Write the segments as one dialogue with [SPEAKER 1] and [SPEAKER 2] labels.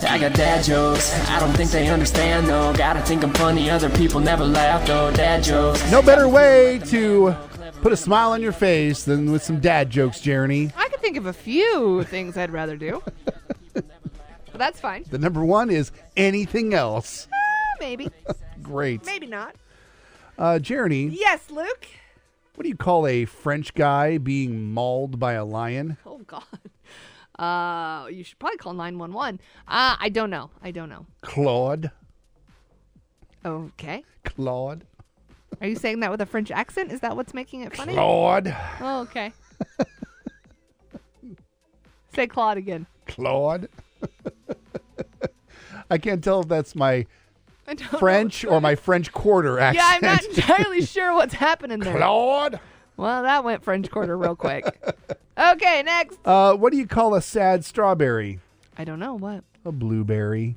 [SPEAKER 1] I got dad jokes. I don't think they understand though. Gotta think I'm funny. Other people never laugh though. Dad jokes.
[SPEAKER 2] No better way to put a smile on your face than with some dad jokes, Jeremy.
[SPEAKER 3] I could think of a few things I'd rather do. but that's fine.
[SPEAKER 2] The number one is anything else.
[SPEAKER 3] Ah, maybe.
[SPEAKER 2] Great.
[SPEAKER 3] Maybe not.
[SPEAKER 2] Uh, Jeremy,
[SPEAKER 3] Yes, Luke.
[SPEAKER 2] what do you call a French guy being mauled by a lion?
[SPEAKER 3] Oh, God. Uh, you should probably call 911. Uh, I don't know. I don't know.
[SPEAKER 2] Claude.
[SPEAKER 3] Okay.
[SPEAKER 2] Claude.
[SPEAKER 3] Are you saying that with a French accent? Is that what's making it funny?
[SPEAKER 2] Claude.
[SPEAKER 3] Oh, okay. Say Claude again.
[SPEAKER 2] Claude. I can't tell if that's my
[SPEAKER 3] I don't
[SPEAKER 2] French or my French quarter
[SPEAKER 3] know. Yeah, I'm
[SPEAKER 2] accent.
[SPEAKER 3] not entirely sure what's happening there.
[SPEAKER 2] Claude.
[SPEAKER 3] Well, that went French Quarter real quick. okay, next.
[SPEAKER 2] Uh, what do you call a sad strawberry?
[SPEAKER 3] I don't know what.
[SPEAKER 2] A blueberry.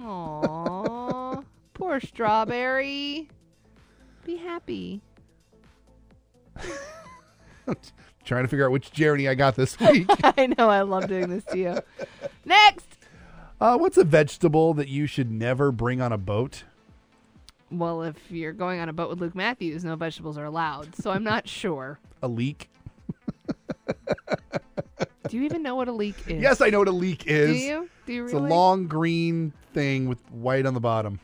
[SPEAKER 3] Aww, poor strawberry. Be happy.
[SPEAKER 2] Trying to figure out which Jeremy I got this week.
[SPEAKER 3] I know I love doing this to you. Next.
[SPEAKER 2] uh, what's a vegetable that you should never bring on a boat?
[SPEAKER 3] Well, if you're going on a boat with Luke Matthews, no vegetables are allowed. So I'm not sure.
[SPEAKER 2] A leek.
[SPEAKER 3] Do you even know what a leek is?
[SPEAKER 2] Yes, I know what a leek is.
[SPEAKER 3] Do you? Do you
[SPEAKER 2] It's
[SPEAKER 3] really?
[SPEAKER 2] a long green thing with white on the bottom.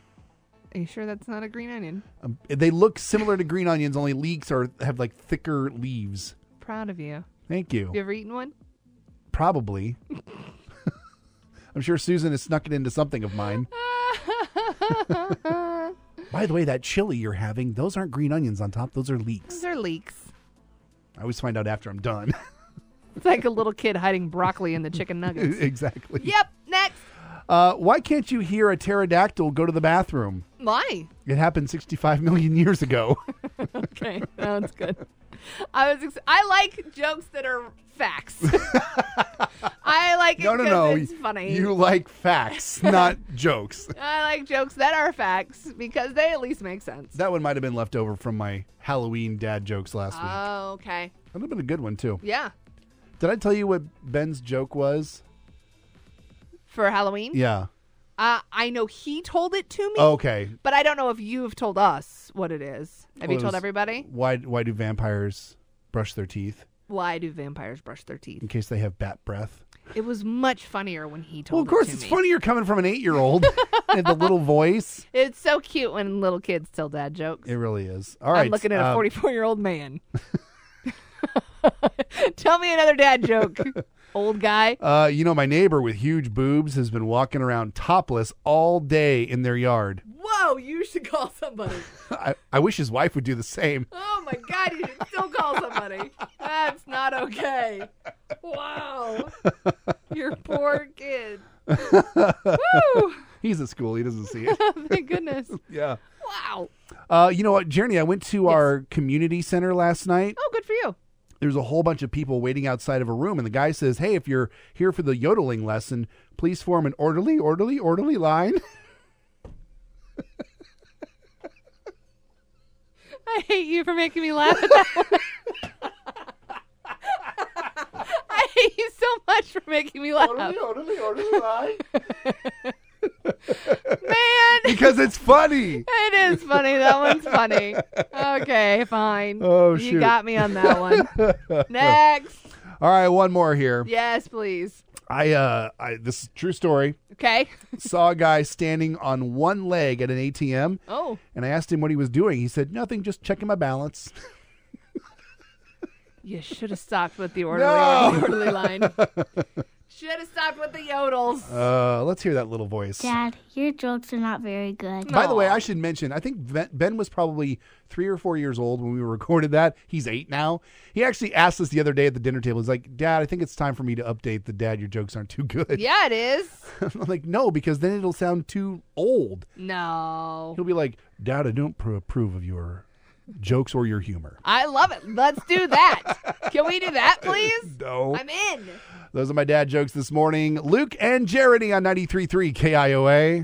[SPEAKER 3] Are you sure that's not a green onion?
[SPEAKER 2] Um, they look similar to green onions, only leeks are have like thicker leaves.
[SPEAKER 3] Proud of you.
[SPEAKER 2] Thank you.
[SPEAKER 3] You ever eaten one?
[SPEAKER 2] Probably. I'm sure Susan has snuck it into something of mine. By the way, that chili you're having, those aren't green onions on top, those are leeks.
[SPEAKER 3] Those are leeks.
[SPEAKER 2] I always find out after I'm done.
[SPEAKER 3] It's like a little kid hiding broccoli in the chicken nuggets.
[SPEAKER 2] exactly.
[SPEAKER 3] yep. Next.
[SPEAKER 2] Uh, why can't you hear a pterodactyl go to the bathroom?
[SPEAKER 3] Why?
[SPEAKER 2] It happened 65 million years ago.
[SPEAKER 3] Okay, sounds good. I was. Ex- I like jokes that are facts. I like it
[SPEAKER 2] no, no,
[SPEAKER 3] 'cause
[SPEAKER 2] no.
[SPEAKER 3] it's funny.
[SPEAKER 2] You like facts, not jokes.
[SPEAKER 3] I like jokes that are facts because they at least make sense.
[SPEAKER 2] That one might have been left over from my Halloween dad jokes last week.
[SPEAKER 3] Oh, okay.
[SPEAKER 2] That would have been a good one, too.
[SPEAKER 3] Yeah.
[SPEAKER 2] Did I tell you what Ben's joke was?
[SPEAKER 3] For Halloween,
[SPEAKER 2] Yeah. Oh.
[SPEAKER 3] uh, I know he told it to me,
[SPEAKER 2] Okay.
[SPEAKER 3] but I don't know if you've told us what it is. Have
[SPEAKER 2] Well, it
[SPEAKER 3] you told
[SPEAKER 2] was-
[SPEAKER 3] everybody?
[SPEAKER 2] Why why do vampires brush their teeth
[SPEAKER 3] Why do vampires brush their teeth?
[SPEAKER 2] in case they have bat breath?
[SPEAKER 3] It was much funnier when he told.
[SPEAKER 2] Well, of course,
[SPEAKER 3] it to
[SPEAKER 2] it's
[SPEAKER 3] me.
[SPEAKER 2] funnier coming from an eight-year-old and the little voice.
[SPEAKER 3] It's so cute when little kids tell dad jokes.
[SPEAKER 2] It really is. All right,
[SPEAKER 3] I'm looking at
[SPEAKER 2] uh,
[SPEAKER 3] a 44 year old man. Tell me another dad joke, old guy.
[SPEAKER 2] Uh, you know, my neighbor with huge boobs has been walking around topless all day in their yard.
[SPEAKER 3] Whoa, you should call somebody.
[SPEAKER 2] I, I wish his wife would do the same.
[SPEAKER 3] Oh my God, you should still call somebody. That's not okay. Wow. Your poor kid. Woo!
[SPEAKER 2] He's at school. He doesn't see it.
[SPEAKER 3] Thank goodness.
[SPEAKER 2] yeah.
[SPEAKER 3] Wow.
[SPEAKER 2] Uh, you know what, Jeremy? I went to our community center last night.
[SPEAKER 3] Oh, good for you.
[SPEAKER 2] there's a whole bunch of people waiting outside of a room and the guy says hey if you're here for the yodeling lesson please form an orderly orderly orderly line
[SPEAKER 3] I hate you for making me laugh at that one. I hate you so much for making me laugh.
[SPEAKER 2] orderly orderly line
[SPEAKER 3] Man.
[SPEAKER 2] because it's funny
[SPEAKER 3] It is funny. That one's funny. Okay, fine.
[SPEAKER 2] Oh, shoot.
[SPEAKER 3] You got me on that one. Next.
[SPEAKER 2] all right one more here
[SPEAKER 3] Yes, please.
[SPEAKER 2] i uh i this is a true story
[SPEAKER 3] Okay.
[SPEAKER 2] saw a guy standing on one leg at an atm
[SPEAKER 3] Oh,
[SPEAKER 2] and i asked him what he was doing he said nothing just checking my balance
[SPEAKER 3] you should have stopped with the orderly,
[SPEAKER 2] No.
[SPEAKER 3] orderly, orderly line. Should have stopped with the yodels.
[SPEAKER 2] uh let's hear that little voice
[SPEAKER 4] Dad, your jokes are not very good.
[SPEAKER 2] By the way,
[SPEAKER 3] Aw.
[SPEAKER 2] I should mention, I think Ven- Ben was probably three or four years old when we recorded that. He's eight now. He actually asked us the other day at the dinner table. He's like, Dad, I think it's time for me to update the dad. Your jokes aren't too good.
[SPEAKER 3] Yeah, it is.
[SPEAKER 2] I'm like, No, because then it'll sound too old.
[SPEAKER 3] No.
[SPEAKER 2] He'll be like, Dad, I don't pr- approve of your jokes or your humor.
[SPEAKER 3] I love it. Let's do that. Can we do that, please?
[SPEAKER 2] No.
[SPEAKER 3] I'm in.
[SPEAKER 2] Those are my dad jokes this morning. Luke and Jeremy on 93.3 KIOA.